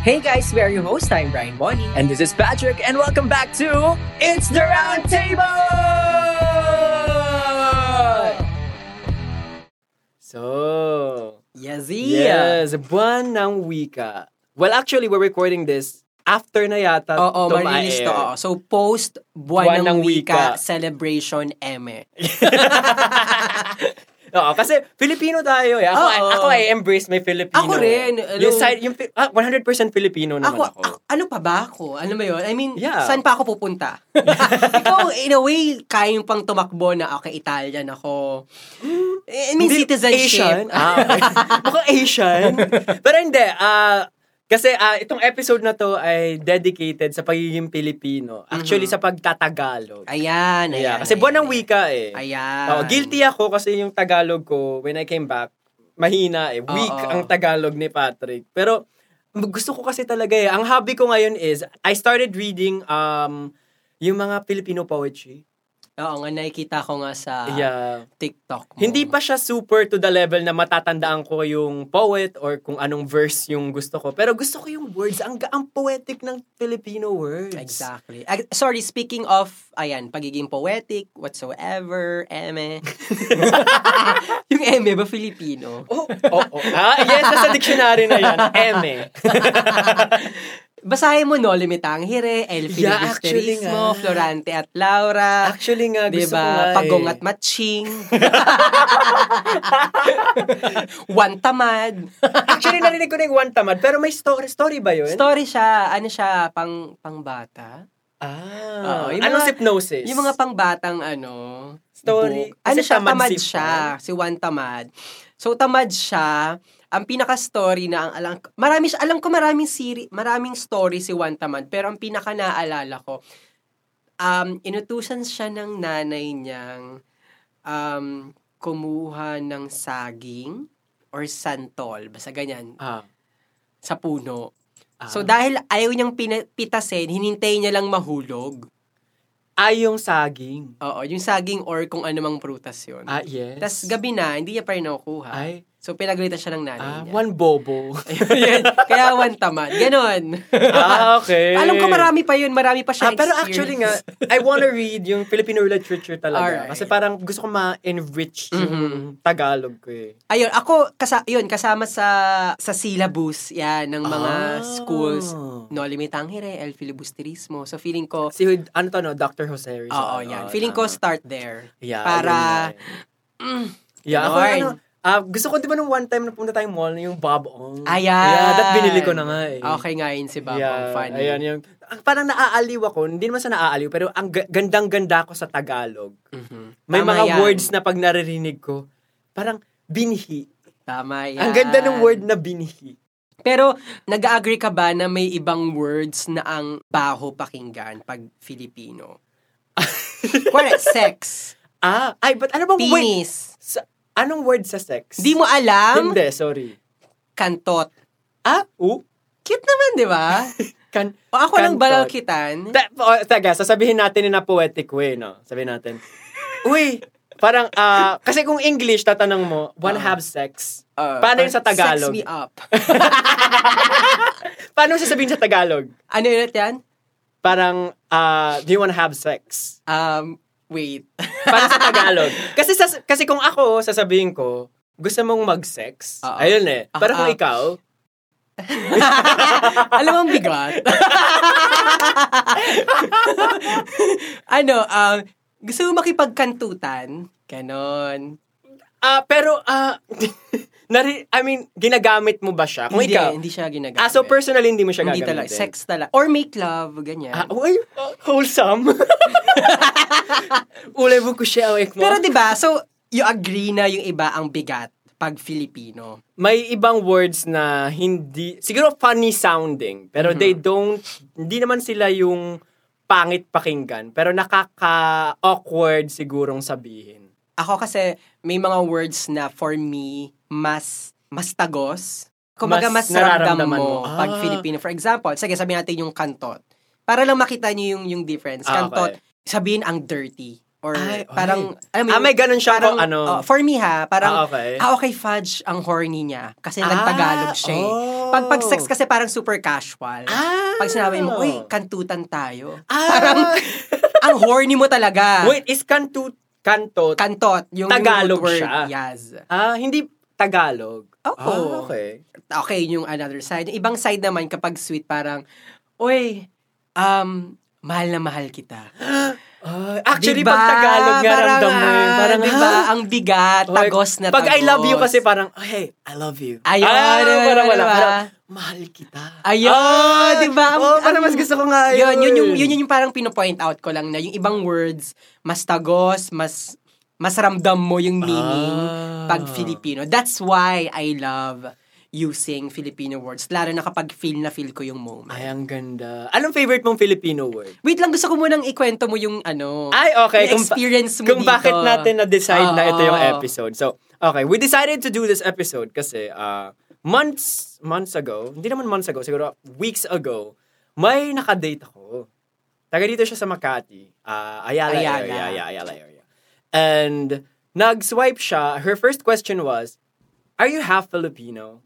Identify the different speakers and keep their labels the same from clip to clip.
Speaker 1: Hey guys, we are your host. I'm Brian Bonnie.
Speaker 2: And this is Patrick, and welcome back to It's the Round Table! So,
Speaker 1: Yazia!
Speaker 2: yes, buwan ng wika. Well, actually, we're recording this after na yata
Speaker 1: Oo,
Speaker 2: to
Speaker 1: marinis to.
Speaker 2: ma-air.
Speaker 1: oo. So, post Buwan,
Speaker 2: Buwan
Speaker 1: ng
Speaker 2: ng
Speaker 1: Wika,
Speaker 2: Wika.
Speaker 1: Celebration Eme.
Speaker 2: Oo, kasi Filipino tayo eh. Ako,
Speaker 1: Oo.
Speaker 2: ako I embrace my Filipino.
Speaker 1: Ako rin,
Speaker 2: Eh.
Speaker 1: hello.
Speaker 2: Yung side, yung, fi- ah, 100% Filipino naman
Speaker 1: Ako, ah,
Speaker 2: ako.
Speaker 1: ako- ano pa ba ako? Ano ba yun? I mean,
Speaker 2: Yeah.
Speaker 1: saan pa ako pupunta? Ikaw, in a way, kayang pang tumakbo na, okay, Italian ako. Eh, I mean,
Speaker 2: Hindi, Asian.
Speaker 1: citizenship.
Speaker 2: Ah, okay. Mukhang Asian. Pero hindi, ah, kasi ah, itong episode na to ay dedicated sa pagiging Pilipino. Actually, sa pagtatagalog.
Speaker 1: Ayan, Mm-hmm. ayan.
Speaker 2: Yeah, kasi buwan ng
Speaker 1: ayan.
Speaker 2: wika eh.
Speaker 1: Ayan.
Speaker 2: Oo, guilty ako kasi yung Tagalog ko, when I came back, mahina eh. Weak
Speaker 1: Oo.
Speaker 2: ang Tagalog ni Patrick. Pero gusto ko kasi talaga eh. Ang hobby ko ngayon is, I started reading um yung mga Filipino poetry.
Speaker 1: Oo nga, nakikita ko nga sa
Speaker 2: yeah.
Speaker 1: TikTok mo.
Speaker 2: Hindi pa siya super to the level na matatandaan ko yung poet or kung anong verse yung gusto ko. Pero gusto ko yung words. Ang, ga- ang poetic ng Filipino words.
Speaker 1: Exactly. Ag- sorry, speaking of, ayan, pagiging poetic, whatsoever, eme. yung eme ba Filipino?
Speaker 2: Oh, oh, oh. Ah, yes, nasa dictionary na yan. M eh.
Speaker 1: Basahin mo, no, Limitangere, Elfie
Speaker 2: Yeah,
Speaker 1: yeah,
Speaker 2: actually nga.
Speaker 1: Florante at Laura,
Speaker 2: Actually nga, gusto ko nga
Speaker 1: diba,
Speaker 2: eh.
Speaker 1: Pagong at Matching, One Tamad.
Speaker 2: Actually, narinig ko na yung one tamad. Pero may story, story ba yun?
Speaker 1: Story siya, ano siya, pang, pang bata?
Speaker 2: Ah.
Speaker 1: Oo, yung
Speaker 2: anong
Speaker 1: mga-
Speaker 2: hypnosis?
Speaker 1: Yung mga pangbatang ano,
Speaker 2: Story.
Speaker 1: book. Ano
Speaker 2: Kasi
Speaker 1: siya,
Speaker 2: tamad
Speaker 1: tamad
Speaker 2: si
Speaker 1: siya. Si Juan Tamad. So, tamad siya. Ang pinaka-story na ang alam marami siya, alam ko maraming siri, maraming story si Juan Tamad, pero ang pinaka naalala ko, um, inutusan siya ng nanay niyang um, kumuha ng saging or santol, basta ganyan,
Speaker 2: Ah.
Speaker 1: sa puno.
Speaker 2: Ah.
Speaker 1: So, dahil ayaw niyang pina- pitasin, hinintay niya lang mahulog.
Speaker 2: Ay, yung saging.
Speaker 1: Oo, yung saging or kung anumang prutas yun.
Speaker 2: Ah, yes.
Speaker 1: Tapos gabi na, hindi niya pa rin nakukuha.
Speaker 2: Ay,
Speaker 1: So pinagalitan siya ng nanay
Speaker 2: ah,
Speaker 1: niya.
Speaker 2: one bobo.
Speaker 1: Yan. Kaya one tamad. Ganon.
Speaker 2: ah, okay.
Speaker 1: Alam ko marami pa yun, marami pa siya
Speaker 2: Ah, pero actually nga, I wanna read yung Filipino literature talaga.
Speaker 1: Alright. Mm-hmm.
Speaker 2: Kasi parang gusto ko ma-enrich yung Tagalog ko eh.
Speaker 1: Ayun, ako, kasa, yun, kasama sa sa syllabus, yan, ng mga
Speaker 2: Ah.
Speaker 1: schools. No Limitangere, El Filibusterismo. So feeling ko,
Speaker 2: Si, ano to, no? Dr. Jose Rizal.
Speaker 1: oo, yan. Feeling ko, start there.
Speaker 2: Yeah,
Speaker 1: para- Mm.
Speaker 2: yun nga eh. Yeah, ako,
Speaker 1: Lord.
Speaker 2: ano, ah, gusto ko, di ba, nung one time na pumunta tayong mall, yung Bob Ong.
Speaker 1: Ayan.
Speaker 2: Yeah, that binili ko na nga eh.
Speaker 1: Ah, Okay nga yun si Bob.
Speaker 2: Yeah,
Speaker 1: ang funny.
Speaker 2: Ayan, yung, ang parang naaaliw ako, hindi naman sa naaaliw, pero ang ga- gandang-ganda ko sa Tagalog.
Speaker 1: Mhm.
Speaker 2: May
Speaker 1: Tama
Speaker 2: mga
Speaker 1: yan.
Speaker 2: words na pag naririnig ko, parang binhi.
Speaker 1: Tama yan.
Speaker 2: Ang ganda ng word na binhi.
Speaker 1: Pero, nag-agree ka ba na may ibang words na ang baho pakinggan pag Filipino? Correct, sex,
Speaker 2: Ah, ay, but ano bang word?
Speaker 1: penis.
Speaker 2: Sa, anong word sa sex?
Speaker 1: Di mo alam?
Speaker 2: Hindi, sorry.
Speaker 1: Kantot.
Speaker 2: Ah, u?
Speaker 1: Cute naman, di ba?
Speaker 2: Kan,
Speaker 1: O ako lang
Speaker 2: Kantot.
Speaker 1: balalkitan.
Speaker 2: ta, o, taga, sasabihin natin in a poetic way, no? Sabihin natin, uy, parang, ah, kasi kung English, tatanong mo, wanna
Speaker 1: Ah.
Speaker 2: have sex?
Speaker 1: Uh,
Speaker 2: Paano yun sa
Speaker 1: Sex
Speaker 2: Tagalog?
Speaker 1: me up.
Speaker 2: Paano sasabihin sa Tagalog?
Speaker 1: ano yun at yan?
Speaker 2: Parang, ah, do you wanna have sex?
Speaker 1: Um, wait.
Speaker 2: Para sa Tagalog. Kasi sa, kasi kung ako, sasabihin ko, gusto mong mag-sex?
Speaker 1: Oo.
Speaker 2: Ayun eh.
Speaker 1: Ah,
Speaker 2: Pero kung
Speaker 1: ah.
Speaker 2: ikaw,
Speaker 1: Alam mo, ang bigat. ano, um, gusto mo makipagkantutan? Ganon.
Speaker 2: ah, pero, ah, nari, I mean, ginagamit mo ba siya? Kung
Speaker 1: hindi,
Speaker 2: ikaw,
Speaker 1: hindi siya ginagamit.
Speaker 2: ah, so personally, hindi mo siya
Speaker 1: Hindi
Speaker 2: gagamitin.
Speaker 1: talaga. Sex talaga. Or make love, ganyan.
Speaker 2: Ah, uy, ah, wholesome. Ulay mo ko siya, awake mo.
Speaker 1: Pero 'di ba? So you agree na yung iba ang bigat pag Filipino.
Speaker 2: May ibang words na hindi, siguro funny sounding, pero they
Speaker 1: Mm-hmm.
Speaker 2: don't, hindi naman sila yung pangit pakinggan, pero nakaka-awkward sigurong sabihin.
Speaker 1: Ako kasi may mga words na for me mas mas tagos. Kumbaga mas,
Speaker 2: Mas
Speaker 1: nararamdaman
Speaker 2: nararamdaman
Speaker 1: mo,
Speaker 2: mo.
Speaker 1: pag
Speaker 2: Ah.
Speaker 1: Filipino. For example, sige sabihin natin yung kantot. Para lang makita niyo yung yung difference.
Speaker 2: Ah,
Speaker 1: Kantot,
Speaker 2: okay.
Speaker 1: sabihin ang dirty. Or
Speaker 2: Ay,
Speaker 1: parang, alam mo
Speaker 2: Ah,
Speaker 1: yun,
Speaker 2: may ganun siya
Speaker 1: parang,
Speaker 2: ko, ano.
Speaker 1: oh, for me ha, parang, ah,
Speaker 2: Ah, okay.
Speaker 1: okay, fudge ang horny niya. Kasi
Speaker 2: Ah,
Speaker 1: nagtagalog siya eh.
Speaker 2: oh.
Speaker 1: Pag, pag sex kasi parang super casual.
Speaker 2: Ah.
Speaker 1: Pag sinabi mo, uy, kantutan tayo.
Speaker 2: Ah.
Speaker 1: Parang, ang horny mo talaga.
Speaker 2: Wait, is kanto, kanto,
Speaker 1: Kantot. Yung
Speaker 2: Tagalog
Speaker 1: root word.
Speaker 2: siya.
Speaker 1: Yes.
Speaker 2: ah, hindi Tagalog.
Speaker 1: Oo.
Speaker 2: Ah, okay.
Speaker 1: Okay, yun yung another side. Yung ibang side naman, kapag sweet, parang, uy, um, mahal na mahal kita.
Speaker 2: Ah, actually,
Speaker 1: Diba?
Speaker 2: pag Tagalog nga
Speaker 1: Parang,
Speaker 2: ramdam mo yun.
Speaker 1: ah,
Speaker 2: Parang,
Speaker 1: diba?
Speaker 2: ah,
Speaker 1: Ang bigat,
Speaker 2: Or,
Speaker 1: tagos na
Speaker 2: Pag
Speaker 1: tagos.
Speaker 2: I love you kasi parang, oh, hey, I love you.
Speaker 1: Ayun,
Speaker 2: ah,
Speaker 1: diba,
Speaker 2: parang wala.
Speaker 1: diba?
Speaker 2: Parang, mahal kita.
Speaker 1: Ayun,
Speaker 2: Ah,
Speaker 1: di ba? Ang-
Speaker 2: Oh, parang
Speaker 1: ang-
Speaker 2: mas gusto ko nga
Speaker 1: Yun,
Speaker 2: yun.
Speaker 1: yun, yung, yun, yung parang pinopoint out ko lang na yung ibang words, mas tagos, mas mas ramdam mo yung meaning
Speaker 2: Ah.
Speaker 1: pag Filipino. That's why I love using Filipino words. Lalo na kapag feel na feel ko yung moment.
Speaker 2: Ay, ang ganda. Anong favorite mong Filipino word?
Speaker 1: Wait lang, gusto ko munang ikwento mo yung ano.
Speaker 2: Ay, okay.
Speaker 1: Yung experience mo
Speaker 2: kung
Speaker 1: dito.
Speaker 2: bakit natin na-decide na ito yung
Speaker 1: Oo.
Speaker 2: episode. So, okay. We decided to do this episode kasi uh, months, months ago, hindi naman months ago, siguro weeks ago, may nakadate ako. Taga dito siya sa Makati. Uh, Ayala,
Speaker 1: Ayala.
Speaker 2: area. Yeah, Ayala area. And nag-swipe siya. Her first question was, are you half Filipino?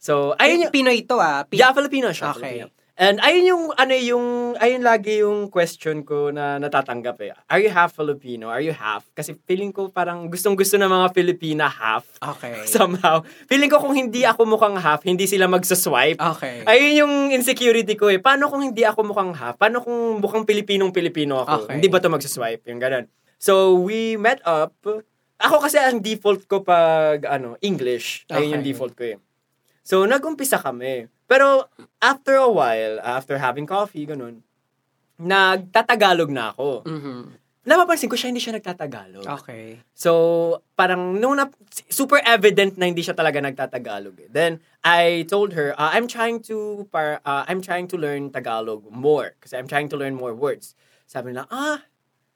Speaker 2: So,
Speaker 1: Ay,
Speaker 2: ayun yung...
Speaker 1: Pinoy to ah. Pi-
Speaker 2: Yeah, Filipino siya.
Speaker 1: Okay.
Speaker 2: Filipino. And ayun yung, ano yung, ayun lagi yung question ko na natatanggap eh. Are you half Filipino? Are you half? Kasi feeling ko parang gustong-gusto ng mga Filipina half.
Speaker 1: Okay.
Speaker 2: Somehow. Feeling ko kung hindi ako mukhang half, hindi sila magsaswipe.
Speaker 1: Okay.
Speaker 2: Ayun yung insecurity ko eh. Paano kung hindi ako mukhang half? Paano kung mukhang Pilipinong-Pilipino ako?
Speaker 1: Okay.
Speaker 2: Hindi ba to magsaswipe? Yung ganun. So, we met up. Ako kasi ang default ko pag ano English. Ayun yung
Speaker 1: Okay.
Speaker 2: default ko eh. So, nag-umpisa kami. Pero, after a while, after having coffee, ganun, nagtatagalog na ako.
Speaker 1: Mhm.
Speaker 2: Napapansin ko siya, hindi siya nagtatagalog.
Speaker 1: Ah, Okay.
Speaker 2: So, parang nung nap- super evident na hindi siya talaga nagtatagalog. eh. Then I told her, uh, I'm trying to par uh, I'm trying to learn Tagalog more kasi I'm trying to learn more words. Sabi nila, ah,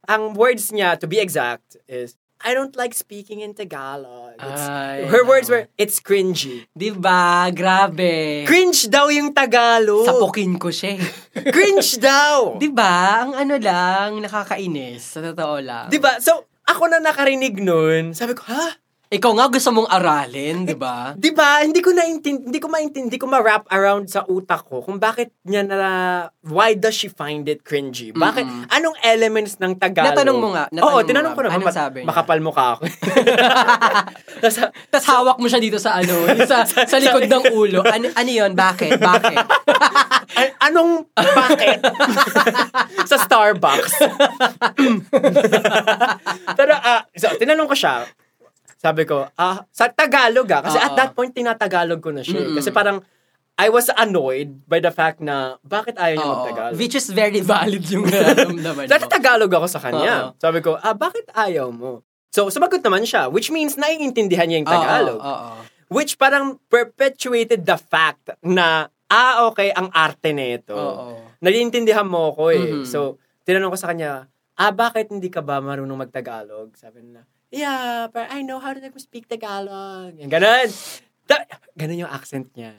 Speaker 2: ang words niya to be exact is I don't like speaking in Tagalog. It's-
Speaker 1: Ay,
Speaker 2: her words
Speaker 1: naku.
Speaker 2: were it's cringy.
Speaker 1: Diba? Grabe.
Speaker 2: Cringe daw yung Tagalog.
Speaker 1: Sapukin ko siya. eh.
Speaker 2: Cringe daw.
Speaker 1: Di ba? Ang ano lang, nakakainis. Sa totoo lang.
Speaker 2: Di ba? So, ako na nakarinig nun, sabi ko, ha?
Speaker 1: Ikaw nga gusto mong aralin, di ba?
Speaker 2: Di ba? Diba? Hindi ko naintindi, hindi ko maintindi, hindi ko ma-wrap around sa utak ko kung bakit niya na, why does she find it cringy? Bakit, anong elements ng Tagalog?
Speaker 1: Natanong mo nga, natanong
Speaker 2: Oo,
Speaker 1: mo
Speaker 2: tinanong
Speaker 1: nga.
Speaker 2: ko na.
Speaker 1: Anong
Speaker 2: Anong
Speaker 1: sabi niya?
Speaker 2: Makapal mo ka ako. Tapos,
Speaker 1: Tapos hawak mo siya dito sa ano, sa, sa likod ng ulo. Ano, ano yun? Bakit? Bakit?
Speaker 2: an- anong bakit? sa Starbucks. Pero, ah, so, tinanong ko siya, sabi ko, ah, sa Tagalog ah. Kasi
Speaker 1: Oo.
Speaker 2: at that point, tinatagalog ko na siya. eh.
Speaker 1: Mm-mm.
Speaker 2: Kasi parang, I was annoyed by the fact na bakit ayaw niya
Speaker 1: Oo.
Speaker 2: mag-Tagalog.
Speaker 1: Which is very valid yung nararamdaman mo.
Speaker 2: Nagtagalog ako sa kanya.
Speaker 1: Oo.
Speaker 2: Sabi ko, ah, bakit ayaw mo? So, sumagot naman siya, which means naiintindihan niya yung Tagalog.
Speaker 1: Oo, oo, oo.
Speaker 2: Which parang perpetuated the fact na, ah, okay, ang arte na ito.
Speaker 1: Oo.
Speaker 2: Naiintindihan mo ko eh.
Speaker 1: Mhm.
Speaker 2: So, tinanong ko sa kanya, ah, bakit hindi ka ba marunong mag-Tagalog? Sabi niya, yeah, but I know how to speak Tagalog. Yung ganun. Ta- ganun yung accent niya.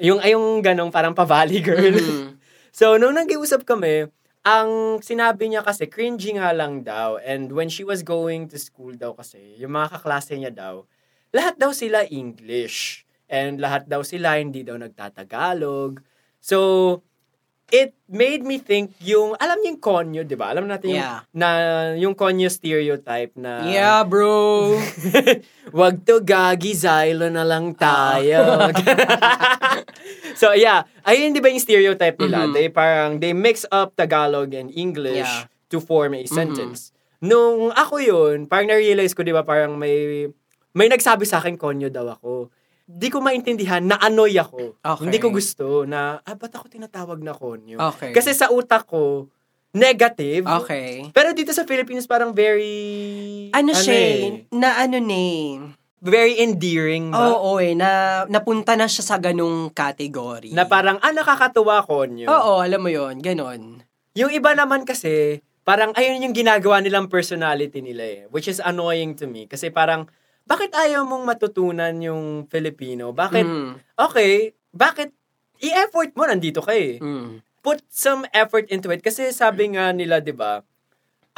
Speaker 2: Yung, ay, yung ganong parang pa-valley girl.
Speaker 1: Mhm.
Speaker 2: So, nung nag-iusap kami, ang sinabi niya kasi, cringy nga lang daw. And when she was going to school daw kasi, yung mga kaklase niya daw, lahat daw sila English. And lahat daw sila hindi daw nagtatagalog. So, it made me think yung, alam niyo yung konyo, di ba? Alam natin yung,
Speaker 1: Yeah.
Speaker 2: na, yung konyo stereotype na,
Speaker 1: Yeah, bro.
Speaker 2: Wag to gagi, Zylo na
Speaker 1: Ah,
Speaker 2: lang tayo. so yeah, ayun di ba yung stereotype nila?
Speaker 1: Mhm.
Speaker 2: They parang, they mix up Tagalog and English
Speaker 1: Yeah. Mm-hmm.
Speaker 2: to form a sentence. Nung ako yun, parang na-realize ko, di ba, parang may, may nagsabi sa akin, konyo daw ako. Di ko maintindihan, na-annoy ako.
Speaker 1: Okay.
Speaker 2: Hindi ko gusto na, ah, ba't ako tinatawag na konyo?
Speaker 1: Okay.
Speaker 2: Kasi sa utak ko, negative.
Speaker 1: Okay.
Speaker 2: Pero dito sa Philippines, parang very...
Speaker 1: Ano, siya,
Speaker 2: eh,
Speaker 1: eh, na ano ni?
Speaker 2: very endearing ba?
Speaker 1: Oo, eh, na napunta na siya sa ganung category.
Speaker 2: Na parang, ah, nakakatuwa ko nyo.
Speaker 1: Oo, alam mo yon ganon.
Speaker 2: Yung iba naman kasi, parang ayun yung ginagawa nilang personality nila eh. Which is annoying to me. Kasi parang, bakit ayaw mong matutunan yung Filipino? Bakit,
Speaker 1: Mm,
Speaker 2: okay, bakit i-effort mo? Nandito ka eh.
Speaker 1: mm.
Speaker 2: Put some effort into it. Kasi sabi nga nila, di ba,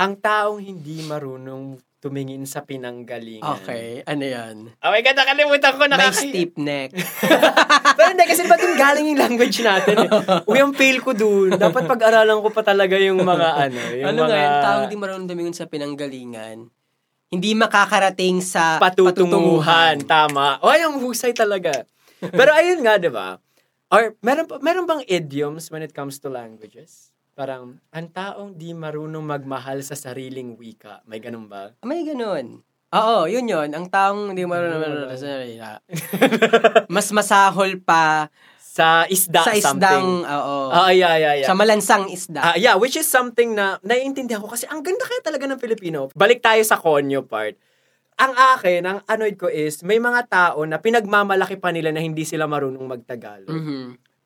Speaker 2: Ang taong hindi marunong tumingin sa pinanggalingan.
Speaker 1: Okay, ano yan?
Speaker 2: Oh my God, nakalimutan ko.
Speaker 1: May
Speaker 2: Nakaki-
Speaker 1: steep neck.
Speaker 2: Pero hindi, kasi ba't yung galing yung language natin eh. Uy, ang fail ko dun. Dapat pag-aralan ko pa talaga yung mga ano. Yung
Speaker 1: ano
Speaker 2: mga...
Speaker 1: nga yung taong di marunong dumingon sa pinanggalingan? Hindi makakarating sa
Speaker 2: patutunguhan. Tama. O, ay, ang husay talaga. Pero ayun nga, di ba? Or, meron, pa- meron bang idioms when it comes to languages? Parang, ang taong di marunong magmahal sa sariling wika. May ganun ba?
Speaker 1: Ah, May ganun. Oo, yun yun. Ang taong hindi marunong
Speaker 2: Mm.
Speaker 1: marunong sa Mas masahol pa
Speaker 2: Sa isda
Speaker 1: sa
Speaker 2: something.
Speaker 1: isdang, oo.
Speaker 2: Ah, yeah, yeah, yeah.
Speaker 1: Sa malansang isda.
Speaker 2: Ah, yeah, which is something na naiintindihan ko kasi ang ganda kaya talaga ng Filipino. Balik tayo sa konyo part. Ang akin, ang annoyed ko is, may mga tao na pinagmamalaki pa nila na hindi sila marunong magtagalog.
Speaker 1: Mhm.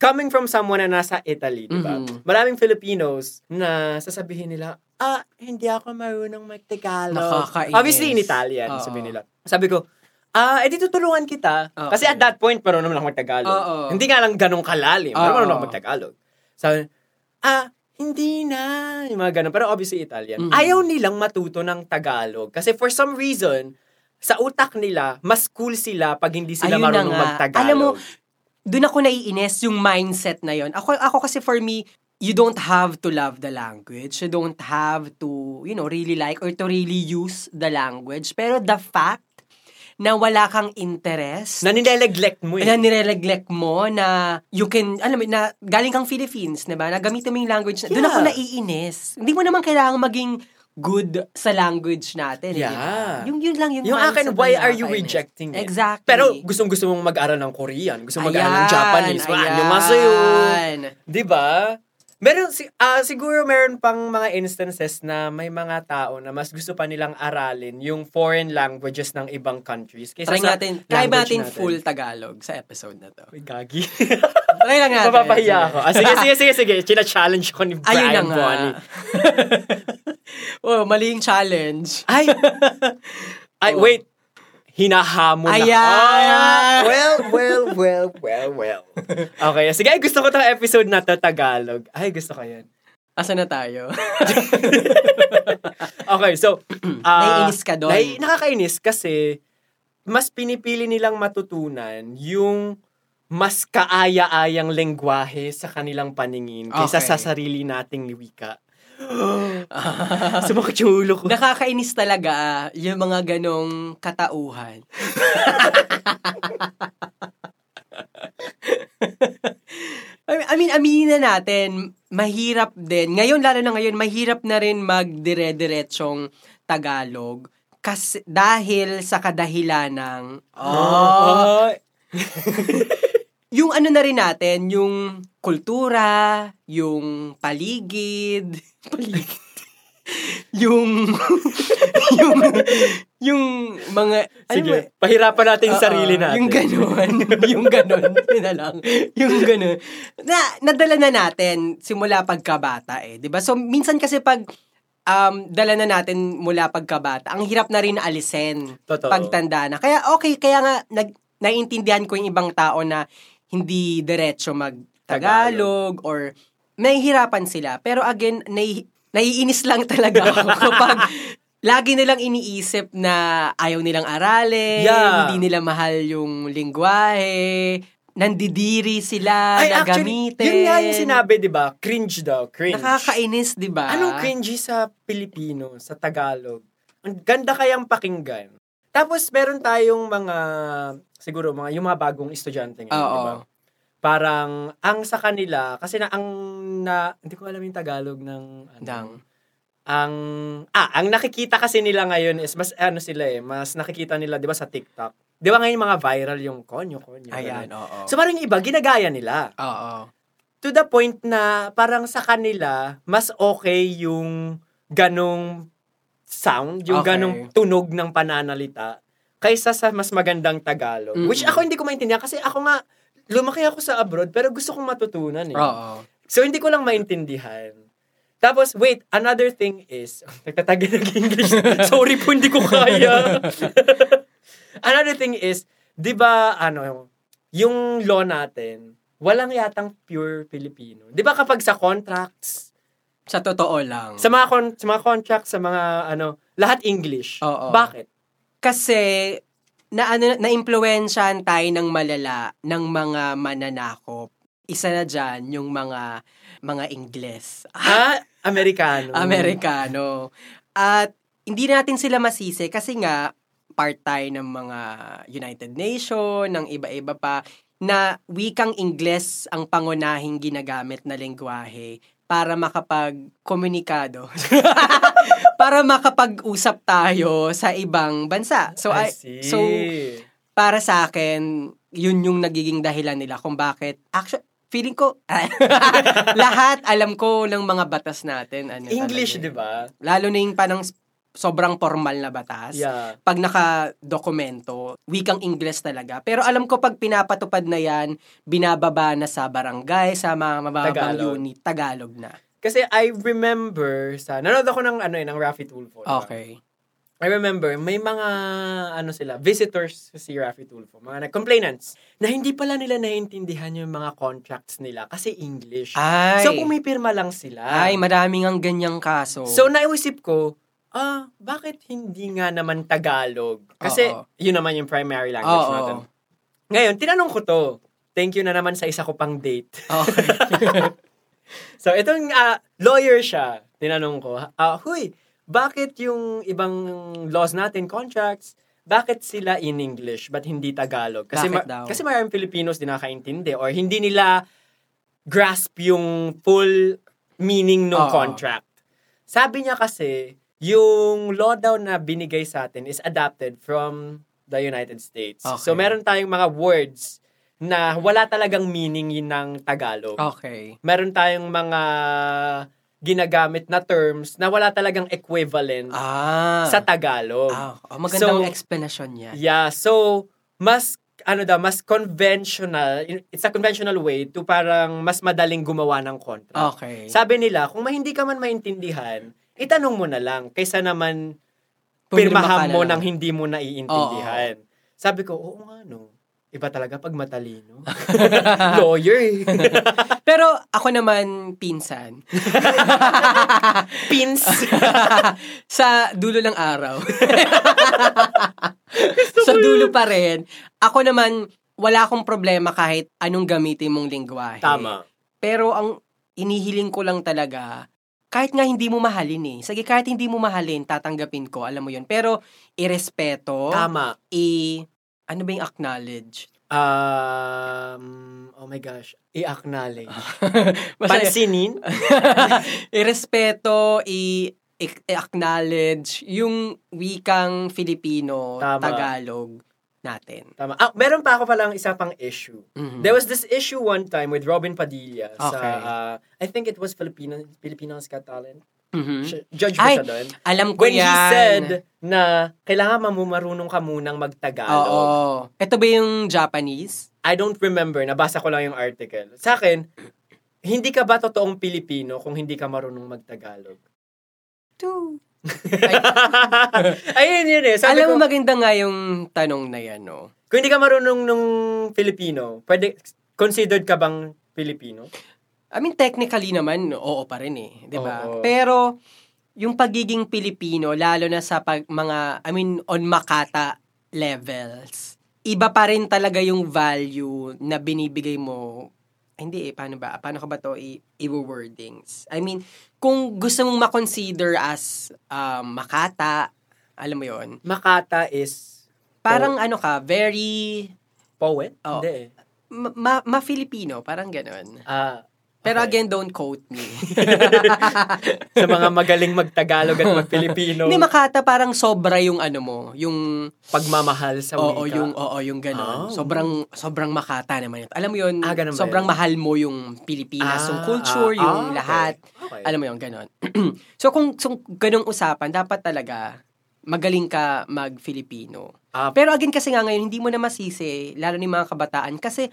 Speaker 2: coming from someone na nasa Italy, di ba?
Speaker 1: Mhm.
Speaker 2: Maraming Filipinos na sasabihin nila, ah, hindi ako marunong mag-Tagalog.
Speaker 1: Nakakainis.
Speaker 2: Obviously, in Italian,
Speaker 1: Oo.
Speaker 2: sabi nila. Sabi ko, ah, edi tutulungan kita.
Speaker 1: Oo.
Speaker 2: Kasi at that point, marunong lang mag-Tagalog.
Speaker 1: Oo.
Speaker 2: Hindi nga lang ganong kalalim, pero
Speaker 1: Oo.
Speaker 2: marunong lang mag-Tagalog. Sabi, ah, hindi na. Yung mga ganun. Pero obviously,
Speaker 1: Mhm.
Speaker 2: Italian. Ayaw nilang matuto ng Tagalog. Kasi for some reason, sa utak nila, mas cool sila pag hindi sila
Speaker 1: Ayun na
Speaker 2: marunong
Speaker 1: nga.
Speaker 2: mag-Tagalog.
Speaker 1: Alam mo, doon ako naiinis yung mindset na yon. Ako, ako kasi for me, you don't have to love the language. You don't have to, you know, really like or to really use the language. Pero the fact na wala kang interest,
Speaker 2: na nineglect mo eh.
Speaker 1: na nire-neglect mo na you can, alam mo, na galing kang Philippines, di ba? Na gamitin mo yung language. Na, Doon ako
Speaker 2: Yeah.
Speaker 1: naiinis. Hindi mo naman kailangan maging good sa language natin. eh, di ba?
Speaker 2: Yeah.
Speaker 1: Yung yun lang yung
Speaker 2: Yung
Speaker 1: mindset
Speaker 2: akin,
Speaker 1: na
Speaker 2: why are you
Speaker 1: nakakainis.
Speaker 2: rejecting it?
Speaker 1: Exactly.
Speaker 2: Pero gustong gusto mong mag-aral ng Korean, gusto mong mag-aral ng
Speaker 1: Ayan,
Speaker 2: Japanese,
Speaker 1: ayan.
Speaker 2: ano masayo. Di ba? Meron, si, ah, siguro meron pang mga instances na may mga tao na mas gusto pa nilang aralin yung foreign languages ng ibang countries. Kaysa
Speaker 1: Try
Speaker 2: sa
Speaker 1: natin, try
Speaker 2: language
Speaker 1: natin full Tagalog sa episode na to.
Speaker 2: Uy, gagi.
Speaker 1: Try lang natin.
Speaker 2: Mapapahiya ako. Ah, sige, sige, sige, sige. China-challenge ko
Speaker 1: Ayun
Speaker 2: ni
Speaker 1: na
Speaker 2: Brian
Speaker 1: nga.
Speaker 2: Bonnie.
Speaker 1: oh, mali yung challenge.
Speaker 2: Ay! Ay,
Speaker 1: Oh.
Speaker 2: wait. Hinahamon na.
Speaker 1: Ayan!
Speaker 2: Ah, well, well, well, well, well. Okay, sige. Ay, gusto ko itong episode na to, Tagalog. Ay, gusto ko yan.
Speaker 1: Asa na tayo?
Speaker 2: Okay, so... ah,
Speaker 1: Naiinis ka doon.
Speaker 2: nai- nakakainis kasi mas pinipili nilang matutunan yung mas kaaya-ayang lengguwahe sa kanilang paningin kaysa
Speaker 1: Okay.
Speaker 2: sa sarili nating wika. Sumakot yung ulo ko.
Speaker 1: Nakakainis talaga ah, yung mga ganong katauhan. I mean- I mean, aminin na natin, mahirap din. Ngayon, lalo na ngayon, mahirap na rin magdire-diretsyong Tagalog. Kasi, dahil sa kadahilan ng... Oh,
Speaker 2: Ah,
Speaker 1: yung ano na rin natin, yung kultura, yung paligid, paligid, yung, yung, yung mga, ano
Speaker 2: sige,
Speaker 1: ba-
Speaker 2: pahirapan natin yung
Speaker 1: Oo,
Speaker 2: sarili natin.
Speaker 1: Ah, Yung ganun, yung ganun, yun na lang, yung ganun. Na, nadala na natin simula pagkabata eh, 'di ba? So minsan kasi pag um, dala na natin mula pagkabata, ang hirap na rin alisin
Speaker 2: Totoo.
Speaker 1: pagtanda na. Kaya okay, kaya nga nag, naiintindihan ko yung ibang tao na hindi diretso mag-Tagalog or nahihirapan sila. Pero again, nai, naiinis lang talaga ako kapag lagi nilang iniisip na ayaw nilang aralin,
Speaker 2: Yeah.
Speaker 1: hindi nila mahal yung lingwahe, nandidiri sila
Speaker 2: Ay,
Speaker 1: na
Speaker 2: actually,
Speaker 1: gamitin.
Speaker 2: yun nga yung sinabi, di ba? Cringe daw, cringe.
Speaker 1: Nakakainis, di ba?
Speaker 2: Anong cringy sa Pilipino, sa Tagalog? Ang ganda kayang pakinggan. Tapos, meron tayong mga, siguro, mga, yung mga bagong estudyante ngayon,
Speaker 1: Oo.
Speaker 2: di ba? Parang, ang sa kanila, kasi na, ang, na, hindi ko alam yung Tagalog ng, ano,
Speaker 1: Dang.
Speaker 2: ang, ah, ang nakikita kasi nila ngayon is, mas, ano sila eh, mas nakikita nila, di ba, sa TikTok. Di ba ngayon mga viral yung konyo, konyo.
Speaker 1: Ayan,
Speaker 2: ganun.
Speaker 1: oo.
Speaker 2: So, parang yung iba, ginagaya nila
Speaker 1: oo.
Speaker 2: to the point na parang sa kanila, mas okay yung ganong sound, yung
Speaker 1: Okay.
Speaker 2: ganong tunog ng pananalita kaysa sa mas magandang Tagalog.
Speaker 1: Mm-mm.
Speaker 2: Which ako hindi ko maintindihan kasi ako nga, lumaki ako sa abroad pero gusto kong matutunan eh.
Speaker 1: Oo.
Speaker 2: So hindi ko lang maintindihan. Tapos, wait, another thing is, nagtatagin ng English. Sorry po, hindi ko kaya. another thing is, di ba, ano, yung law natin, walang yatang pure Filipino. Di ba kapag sa contracts,
Speaker 1: Sa totoo lang.
Speaker 2: Sa mga, con- sa mga contract, sa mga ano, lahat English.
Speaker 1: Oo.
Speaker 2: Bakit?
Speaker 1: Kasi na ano na-impluwensyahan tayo ng malala ng mga mananakop. Isa na diyan yung mga mga Ingles,
Speaker 2: Ah, Amerikano.
Speaker 1: Amerikano. At hindi natin sila masisi kasi nga part tayo ng mga United Nation, ng iba-iba pa na wikang Ingles ang pangunahing ginagamit na lengguwahe para makapag-komunikado. para makapag-usap tayo sa ibang bansa. So, I,
Speaker 2: I see.
Speaker 1: so para sa akin, yun yung nagiging dahilan nila kung bakit. Actually, feeling ko, lahat alam ko ng mga batas natin. Ano
Speaker 2: English,
Speaker 1: talaga
Speaker 2: di
Speaker 1: eh.
Speaker 2: ba?
Speaker 1: Lalo na yung panang s- sobrang formal na batas.
Speaker 2: Yeah.
Speaker 1: Pag naka-dokumento, wikang Ingles talaga. Pero alam ko pag pinapatupad na yan, binababa na sa barangay, sa mga mababang
Speaker 2: Tagalog.
Speaker 1: unit, Tagalog na.
Speaker 2: Kasi I remember sa, nanood ako ng ano eh, ng Raffy Tulfo. di ba?
Speaker 1: Okay.
Speaker 2: I remember, may mga, ano sila, visitors si Raffy Tulfo, mga nag-complainants, na hindi pala nila naiintindihan yung mga contracts nila kasi English.
Speaker 1: Ay,
Speaker 2: So, pumipirma lang sila.
Speaker 1: ay maraming ang ganyang kaso.
Speaker 2: So, naisip ko, ah, bakit hindi nga naman Tagalog? Kasi,
Speaker 1: Oo.
Speaker 2: yun naman yung primary language
Speaker 1: Oo.
Speaker 2: natin. Ngayon, tinanong ko to. Thank you na naman sa isa ko pang date.
Speaker 1: Okay.
Speaker 2: So, itong ah, lawyer siya. Tinanong ko, ah, huy, bakit yung ibang laws natin, contracts, bakit sila in English but hindi Tagalog? Kasi
Speaker 1: Bakit daw?
Speaker 2: kasi maraming Filipinos di nakaintindi or hindi nila grasp yung full meaning ng
Speaker 1: Oo.
Speaker 2: contract. Sabi niya kasi, yung law daw na binigay sa atin is adapted from the United States.
Speaker 1: Okay.
Speaker 2: So, meron tayong mga words na wala talagang meaning yun ng Tagalog
Speaker 1: okay.
Speaker 2: meron tayong mga ginagamit na terms na wala talagang equivalent
Speaker 1: Ah.
Speaker 2: sa Tagalog.
Speaker 1: Ah, oh, magandang
Speaker 2: So-
Speaker 1: explanation niya.
Speaker 2: Yeah, so mas ano daw, mas conventional, it's a conventional way to parang mas madaling gumawa ng contract.
Speaker 1: Ah, Okay.
Speaker 2: Sabi nila, kung ma- hindi ka man maintindihan, itanong mo na lang kaysa naman pirmahan mo ng hindi mo naiintindihan. Sabi ko, oo nga no. Iba talaga pag matalino. Lawyer. eh.
Speaker 1: Pero ako naman, pinsan.
Speaker 2: Pins.
Speaker 1: sa dulo ng araw. sa dulo pa rin. Ako naman, wala akong problema kahit anong gamitin mong lingwahe.
Speaker 2: Tama.
Speaker 1: Pero ang inihiling ko lang talaga, kahit nga hindi mo mahalin eh. Sige, kahit hindi mo mahalin, tatanggapin ko, alam mo yun. Pero, irespeto,
Speaker 2: Tama.
Speaker 1: i... Ano ba yung acknowledge?
Speaker 2: Um, oh my gosh. I-acknowledge.
Speaker 1: Basta-
Speaker 2: Pansinin?
Speaker 1: irespeto, i- i- acknowledge yung wikang Filipino,
Speaker 2: Tama.
Speaker 1: Tagalog natin.
Speaker 2: Tama. Ah, meron pa ako palang isa pang issue.
Speaker 1: Mhm.
Speaker 2: There was this issue one time with Robin Padilla sa,
Speaker 1: Okay.
Speaker 2: uh, I think it was Filipino, Filipinos Got Talent.
Speaker 1: Mhm.
Speaker 2: Siya- Judge ko
Speaker 1: Ay,
Speaker 2: siya doon.
Speaker 1: Alam ko
Speaker 2: When
Speaker 1: yan.
Speaker 2: he said na kailangan mamumarunong ka munang magtagalog.
Speaker 1: Oo. Ito ba yung Japanese?
Speaker 2: I don't remember. Nabasa ko lang yung article. Sa akin, hindi ka ba totoong Pilipino kung hindi ka marunong magtagalog?
Speaker 1: Two.
Speaker 2: Ayun yun eh. Sabi
Speaker 1: Alam
Speaker 2: ko,
Speaker 1: mo, maganda nga yung tanong na yan, no?
Speaker 2: Kung hindi ka marunong nung Filipino, pwede, considered ka bang Filipino?
Speaker 1: I mean, technically naman, oo pa rin eh. 'di ba?
Speaker 2: Oo.
Speaker 1: Pero, yung pagiging Pilipino, lalo na sa pag, mga, I mean, on Makata levels, iba pa rin talaga yung value na binibigay mo. Ay, hindi eh, paano ba? Paano ka ba to i- i-wordings? I mean, kung gusto mong makonsider as um, Makata, alam mo yon
Speaker 2: Makata is
Speaker 1: parang ano ka, very
Speaker 2: poet?
Speaker 1: Oo.
Speaker 2: Hindi eh.
Speaker 1: ma- ma- ma-Filipino, parang ganun.
Speaker 2: Ah,
Speaker 1: Pero
Speaker 2: Okay.
Speaker 1: again, don't quote me.
Speaker 2: sa mga magaling magtagalog at magpilipino,
Speaker 1: Hindi makata parang sobra yung ano mo, yung
Speaker 2: pagmamahal sa
Speaker 1: oo
Speaker 2: wika.
Speaker 1: yung oo yung ganun.
Speaker 2: Oh.
Speaker 1: Sobrang sobrang makata naman ito. Alam mo yun,
Speaker 2: Ah, ganun ba
Speaker 1: sobrang
Speaker 2: yun?
Speaker 1: mahal mo yung Pilipinas, yung
Speaker 2: Ah,
Speaker 1: culture,
Speaker 2: ah,
Speaker 1: yung
Speaker 2: ah, okay.
Speaker 1: lahat.
Speaker 2: Okay.
Speaker 1: Alam mo yun, ganun. so kung so, ganung usapan, dapat talaga magaling ka mag-Filipino.
Speaker 2: Ah,
Speaker 1: Pero again kasi nga ngayon, hindi mo na masisi, lalo ni mga kabataan, kasi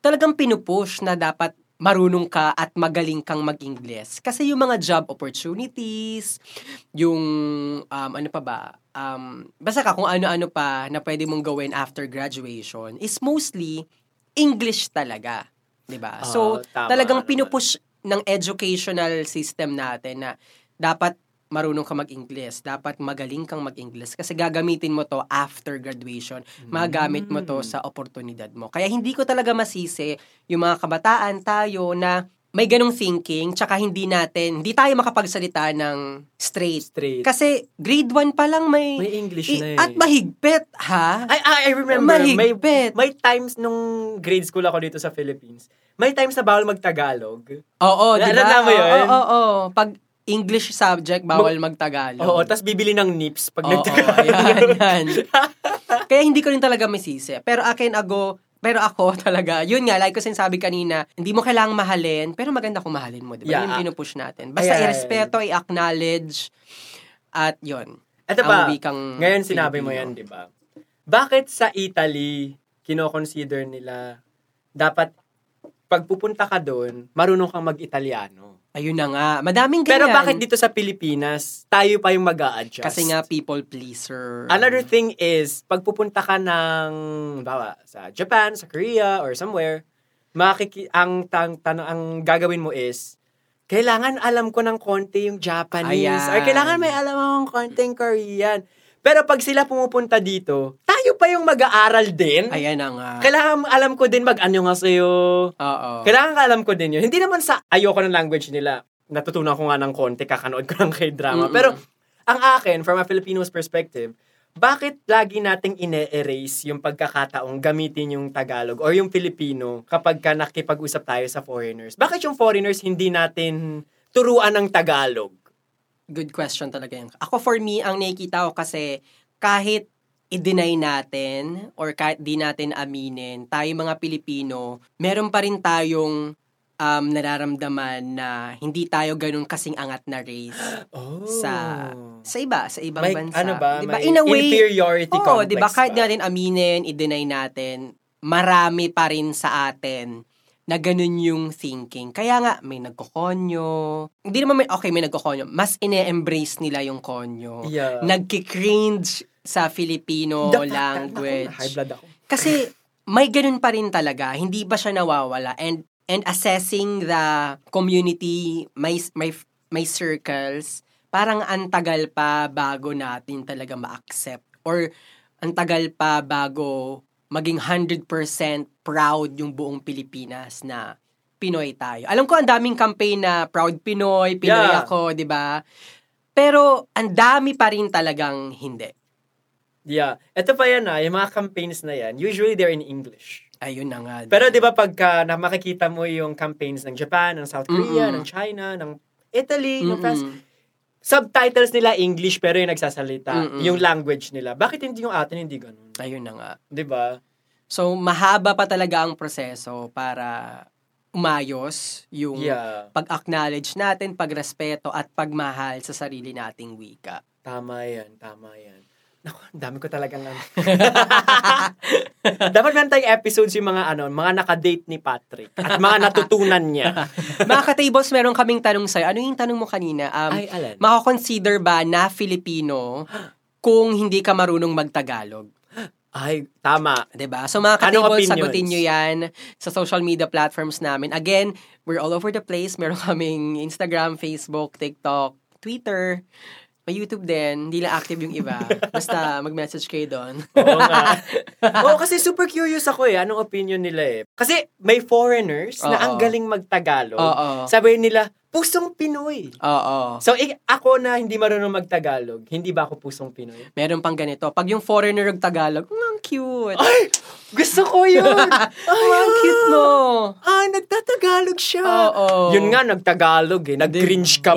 Speaker 1: talagang pinupush na dapat marunong ka at magaling kang mag-Ingles. Kasi yung mga job opportunities, yung um, ano pa ba, um, basta ka kung ano-ano pa na pwede mong gawin after graduation is mostly English talaga. 'di ba
Speaker 2: Oo,
Speaker 1: so,
Speaker 2: Ah, tama
Speaker 1: talagang
Speaker 2: naman.
Speaker 1: pinupush ng educational system natin na dapat marunong ka mag-Ingles, dapat magaling kang mag-Ingles kasi gagamitin mo to after graduation. Magamit mo to
Speaker 2: Hmm.
Speaker 1: sa oportunidad mo. Kaya hindi ko talaga masisi yung mga kabataan tayo na may ganong thinking tsaka hindi natin, hindi tayo makapagsalita ng straight.
Speaker 2: Straight.
Speaker 1: Kasi grade 1 pa lang may,
Speaker 2: May English
Speaker 1: i-
Speaker 2: na eh.
Speaker 1: at mahigpit ha.
Speaker 2: I, I, I remember,
Speaker 1: Mahigpit.
Speaker 2: may, may times nung grade school ako dito sa Philippines, may times na bawal mag-Tagalog.
Speaker 1: Oo, di ba?
Speaker 2: Naalala mo yun?
Speaker 1: Oo, oo, oo. Pag English subject, bawal magtagalog.
Speaker 2: Oo, tas bibili ng nips pag
Speaker 1: Oo,
Speaker 2: nagtagalog.
Speaker 1: ayan, ayan. Kaya hindi ko rin talaga masisi. Pero akin, ago, pero ako talaga, yun nga, like ko sinasabi kanina, hindi mo kailangang mahalin, pero maganda kung mahalin mo, di ba?
Speaker 2: Yeah.
Speaker 1: Yun yung pinupush natin. Basta
Speaker 2: Ayan.
Speaker 1: irespeto, i-acknowledge, at yun.
Speaker 2: Ito
Speaker 1: Ang Mm,
Speaker 2: pa,
Speaker 1: wikang
Speaker 2: ngayon sinabi mo
Speaker 1: Pilipino.
Speaker 2: yan, di ba? Bakit sa Italy, kinoconsider nila dapat pagpupunta ka doon, marunong kang mag-Italiano?
Speaker 1: Ayun na nga. Madaming ganyan.
Speaker 2: Pero bakit dito sa Pilipinas, tayo pa yung mag adjust
Speaker 1: Kasi nga, people pleaser.
Speaker 2: Another thing is, pagpupunta ka ng, bawa, sa Japan, sa Korea, or somewhere, makiki ang, tang, tanong, ang gagawin mo is, kailangan alam ko ng konti yung Japanese,
Speaker 1: Ayan.
Speaker 2: or kailangan may alam akong konting Korean. Pero pag sila pumupunta dito, tayo pa yung mag-aaral din.
Speaker 1: Ayan na nga.
Speaker 2: Kailangan alam ko din mag-ano nga sa'yo.
Speaker 1: Oo.
Speaker 2: Kailangan ka alam ko din yun. Hindi naman sa ayoko ng language nila. Natutunan ko nga ng konti, kakanood ko ng k-drama.
Speaker 1: Mm-mm.
Speaker 2: Pero ang akin, from a Filipino's perspective, bakit lagi nating ine-erase yung pagkakataong gamitin yung Tagalog or yung Filipino kapag ka nakipag-usap tayo sa foreigners? Bakit yung foreigners hindi natin turuan ng Tagalog?
Speaker 1: Good question talaga yun. Ako for me, ang nakikita ko kasi kahit i-deny natin or kahit di natin aminin, tayo mga Pilipino, meron pa rin tayong um, nararamdaman na hindi tayo ganun kasing angat na race
Speaker 2: Oh.
Speaker 1: sa sa iba, sa ibang
Speaker 2: may,
Speaker 1: bansa.
Speaker 2: ano ba?
Speaker 1: Diba?
Speaker 2: May
Speaker 1: In a way,
Speaker 2: inferiority
Speaker 1: oo,
Speaker 2: complex
Speaker 1: di ba? Kahit
Speaker 2: ba?
Speaker 1: natin aminin, i-deny natin, marami pa rin sa atin na ganun yung thinking. Kaya nga, may nagkokonyo. Hindi naman may, okay, may nagkokonyo. Mas ine-embrace nila yung konyo.
Speaker 2: Yeah.
Speaker 1: Nagki-cringe sa Filipino
Speaker 2: Dapat,
Speaker 1: language.
Speaker 2: Ako, high blood ako.
Speaker 1: Kasi may ganun pa rin talaga, hindi ba siya nawawala? And and assessing the community, my my my circles, parang ang tagal pa bago natin talaga ma-accept or ang tagal pa bago maging 100% proud yung buong Pilipinas na Pinoy tayo. Alam ko ang daming campaign na proud Pinoy, Pinoy
Speaker 2: Yeah.
Speaker 1: ako, 'di ba? Pero ang dami pa rin talagang hindi.
Speaker 2: Yeah. Ito pa yan ah, yung mga campaigns na yan, usually they're in English.
Speaker 1: Ayun na nga.
Speaker 2: Pero di ba pagka na makikita mo yung campaigns ng Japan, ng South Korea,
Speaker 1: Mm-mm.
Speaker 2: ng China, ng Italy, ng
Speaker 1: Mm-mm.
Speaker 2: France, subtitles nila English pero yung nagsasalita,
Speaker 1: Mm-mm.
Speaker 2: yung language nila. Bakit hindi yung atin hindi ganun?
Speaker 1: Ayun na nga.
Speaker 2: Di ba?
Speaker 1: So, mahaba pa talaga ang proseso para umayos yung
Speaker 2: Yeah.
Speaker 1: pag-acknowledge natin, pagrespeto at pagmahal sa sarili nating wika.
Speaker 2: Tama yan, tama yan. Naku, ang dami ko talagang ano. Dapat meron tayong episodes yung mga ano, mga nakadate ni Patrick at mga natutunan niya.
Speaker 1: Mga ka-tables, meron kaming tanong sa'yo. Ano yung tanong mo kanina? Um,
Speaker 2: Ay, alan.
Speaker 1: makakonsider ba na Filipino kung hindi ka marunong magtagalog?
Speaker 2: Ay, tama.
Speaker 1: 'Di ba? Diba? So mga
Speaker 2: Anong
Speaker 1: ka-tables,
Speaker 2: opinions?
Speaker 1: sagutin nyo yan sa social media platforms namin. Again, we're all over the place. Meron kaming Instagram, Facebook, TikTok, Twitter, may YouTube din. Hindi lang active yung iba. Basta mag-message kayo doon.
Speaker 2: Oo nga. Oo, kasi super curious ako eh. Anong opinion nila eh. Kasi may foreigners na
Speaker 1: Oo.
Speaker 2: ang galing magtagalog.
Speaker 1: Oo.
Speaker 2: Sabi nila, pusong Pinoy.
Speaker 1: Oo.
Speaker 2: So, ik- ako na hindi marunong magtagalog, hindi ba ako pusong Pinoy?
Speaker 1: Meron pang ganito. Pag yung foreigner ng Tagalog, mm, ang cute.
Speaker 2: Ay! Gusto ko yun! Ay,
Speaker 1: Oh, ang cute mo.
Speaker 2: Ah, nagtatagalog siya.
Speaker 1: Oo.
Speaker 2: Yun nga, nagtagalog eh. Nag-cringe ka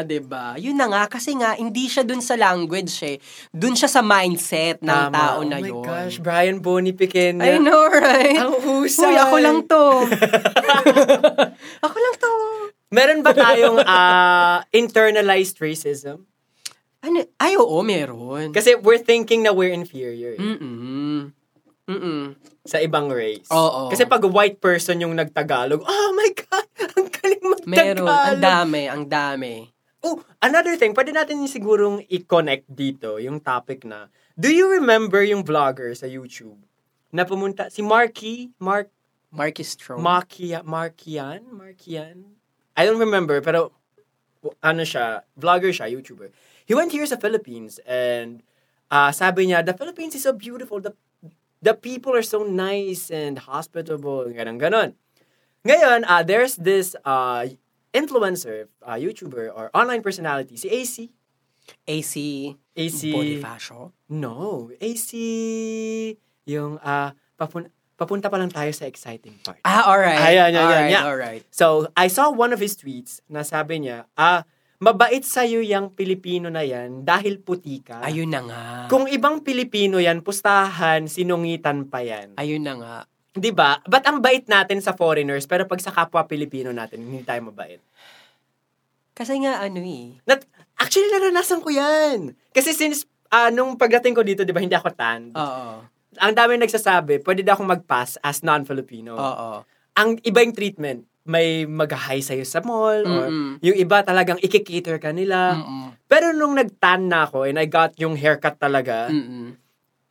Speaker 1: Diba, diba? Yun na nga, kasi nga, hindi siya dun sa language eh. Dun siya sa mindset ng
Speaker 2: Tama.
Speaker 1: tao na
Speaker 2: oh
Speaker 1: yun.
Speaker 2: my gosh, Brian Boni Pequena.
Speaker 1: I know, right?
Speaker 2: Ang husay.
Speaker 1: Uy, ako lang to. ako lang to.
Speaker 2: Meron ba tayong ah, internalized racism?
Speaker 1: Ano? Ay, oo, meron.
Speaker 2: Kasi we're thinking na we're inferior. eh.
Speaker 1: Mm-mm. Mm-mm.
Speaker 2: sa ibang race.
Speaker 1: Oo.
Speaker 2: Kasi pag white person yung nagtagalog, oh my God, ang galing
Speaker 1: Meron. Ang
Speaker 2: magtagalog.
Speaker 1: dami, ang dami.
Speaker 2: Oh, another thing, pwede natin sigurong i-connect dito yung topic na, do you remember yung vlogger sa YouTube na pumunta, si Marky, Mark,
Speaker 1: Marky Strong.
Speaker 2: Markian, Markian, Markian? I don't remember, pero ano siya, vlogger siya, YouTuber. He went here sa Philippines and uh, sabi niya, the Philippines is so beautiful. The, the people are so nice and hospitable. Ganun, ganun. Ngayon, uh, there's this uh, influencer, uh, YouTuber, or online personality, si AC.
Speaker 1: AC
Speaker 2: AC.
Speaker 1: Bonifacio.
Speaker 2: No, AC. Yung, uh, papun- papunta pa lang tayo sa exciting part.
Speaker 1: Ah, alright.
Speaker 2: Ayan, yan, yan,
Speaker 1: alright,
Speaker 2: yan.
Speaker 1: alright.
Speaker 2: So, I saw one of his tweets na sabi niya, ah, mabait sa'yo yung Pilipino na yan dahil puti ka.
Speaker 1: Ayun na nga.
Speaker 2: Kung ibang Pilipino yan, pustahan, sinungitan pa yan.
Speaker 1: Ayun na nga.
Speaker 2: 'Di ba? Ba't ang bait natin sa foreigners, pero pag sa kapwa Pilipino natin, hindi tayo mabait?
Speaker 1: Kasi nga ano eh.
Speaker 2: Nat- Actually, naranasan ko yan. Kasi since ah, nung pagdating ko dito, di ba, hindi ako tan.
Speaker 1: Oo.
Speaker 2: Ang dami nagsasabi, pwede daw akong mag-pass as non-Filipino.
Speaker 1: Oo.
Speaker 2: Ang iba yung treatment, may mag-hi sa'yo sa mall, or
Speaker 1: Mm-mm.
Speaker 2: yung iba talagang ikikater ka nila.
Speaker 1: Mm-mm.
Speaker 2: Pero nung nag-tan na ako and I got yung haircut talaga,
Speaker 1: Mm-mm.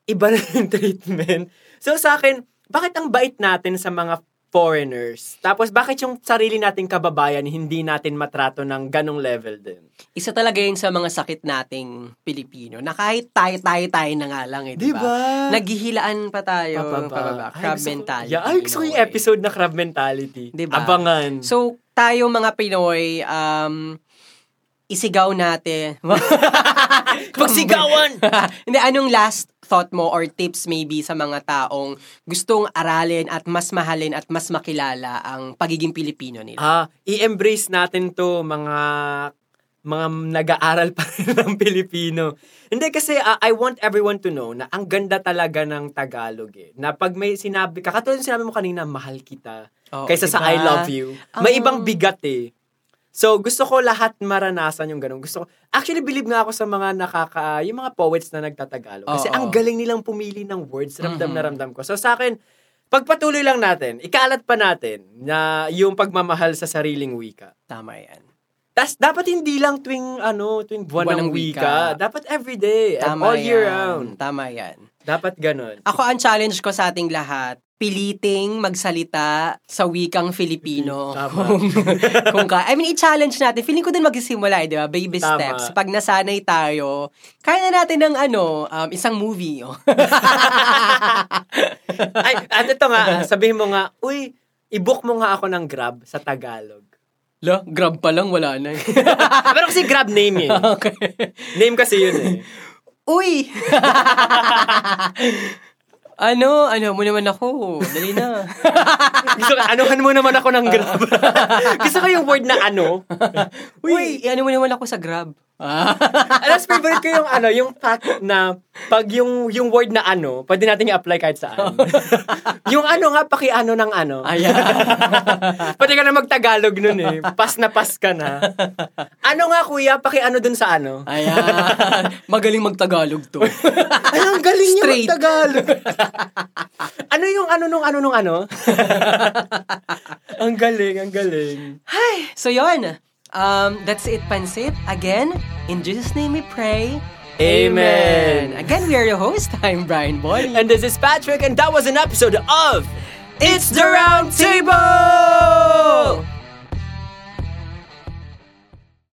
Speaker 2: iba na yung treatment. So sa akin, bakit ang bait natin sa mga foreigners? Tapos bakit yung sarili nating kababayan hindi natin matrato ng ganong level din?
Speaker 1: Isa talaga yun sa mga sakit nating Pilipino na kahit tayo-tayo-tayo na nga lang eh, di
Speaker 2: Diba?
Speaker 1: ba? Naghihilaan pa tayo
Speaker 2: Pababa.
Speaker 1: pababa.
Speaker 2: Ay,
Speaker 1: Crab
Speaker 2: gusto ko-
Speaker 1: mentality.
Speaker 2: Yeah, ay, gusto ko
Speaker 1: in a
Speaker 2: yung
Speaker 1: way.
Speaker 2: episode na crab mentality.
Speaker 1: Diba?
Speaker 2: Abangan.
Speaker 1: So, tayo mga Pinoy, um, isigaw natin.
Speaker 2: Pagsigawan!
Speaker 1: Hindi, anong last thought mo or tips maybe sa mga taong gustong aralin at mas mahalin at mas makilala ang pagiging Pilipino nila?
Speaker 2: Ah, i-embrace natin to mga mga nag-aaral pa rin ng Pilipino. Hindi kasi ah, I want everyone to know na ang ganda talaga ng Tagalog eh. Na pag may sinabi ka, katulad yung sinabi mo kanina, mahal kita.
Speaker 1: Oo,
Speaker 2: Ah, kaysa sa
Speaker 1: diba?
Speaker 2: I love you. May
Speaker 1: Ah.
Speaker 2: ibang bigat eh. So, gusto ko lahat maranasan yung ganun. Gusto ko, actually, believe nga ako sa mga nakaka, yung mga poets na nagtatagalog. Kasi
Speaker 1: Oo.
Speaker 2: ang galing nilang pumili ng words, ramdam
Speaker 1: Mhm.
Speaker 2: na ramdam ko. So, sa akin, pagpatuloy lang natin, ikaalat pa natin na yung pagmamahal sa sariling wika.
Speaker 1: Tama yan.
Speaker 2: Tas dapat hindi lang tuwing ano, tuwing buwan,
Speaker 1: Buwan ng
Speaker 2: ng wika.
Speaker 1: wika.
Speaker 2: Dapat every day and
Speaker 1: Tama
Speaker 2: all
Speaker 1: yan.
Speaker 2: year round.
Speaker 1: Tama yan.
Speaker 2: Dapat ganun.
Speaker 1: Ako ang challenge ko sa ating lahat, piliting magsalita sa wikang Filipino.
Speaker 2: Mm-hmm. Tama.
Speaker 1: Kung, kung ka, I mean, i-challenge natin. Feeling ko din magsisimula, eh, di ba? Baby
Speaker 2: Tama.
Speaker 1: steps. Pag nasanay tayo, kaya na natin ng ano, um, isang movie. Oh.
Speaker 2: Ay, at ito nga, ah, sabihin mo nga, uy, i-book mo nga ako ng Grab sa Tagalog.
Speaker 1: Lo, grab pa lang, wala na. eh.
Speaker 2: Pero kasi Grab name eh.
Speaker 1: okay.
Speaker 2: Name kasi yun eh.
Speaker 1: Uy! ano, ano mo naman ako. Dali na.
Speaker 2: Gusto, anuhan mo naman ako ng Grab. Gusto ko yung word na ano.
Speaker 1: Uy, eh, ano mo naman ako sa grab. Ah,
Speaker 2: Alas, favorite ko yung ano, yung fact na pag yung, yung word na ano, pwede natin i-apply kahit saan. yung ano nga, paki-ano ng ano.
Speaker 1: Ayan.
Speaker 2: Pwede ka na mag-Tagalog nun eh. Pas na pas ka na. Ano nga kuya, paki-ano dun sa ano?
Speaker 1: Ayan. Magaling magtagalog to.
Speaker 2: Ay, ang galing niya
Speaker 1: Straight.
Speaker 2: mag-Tagalog. ano yung ano nung ano nung ano? ang galing, ang galing.
Speaker 1: so yun. Um, that's it, Pansit. Again, in Jesus' name we pray.
Speaker 2: Amen.
Speaker 1: Again, we are your host. I'm Brian Bonnie.
Speaker 2: And this is Patrick, and that was an episode of It's the Round Table!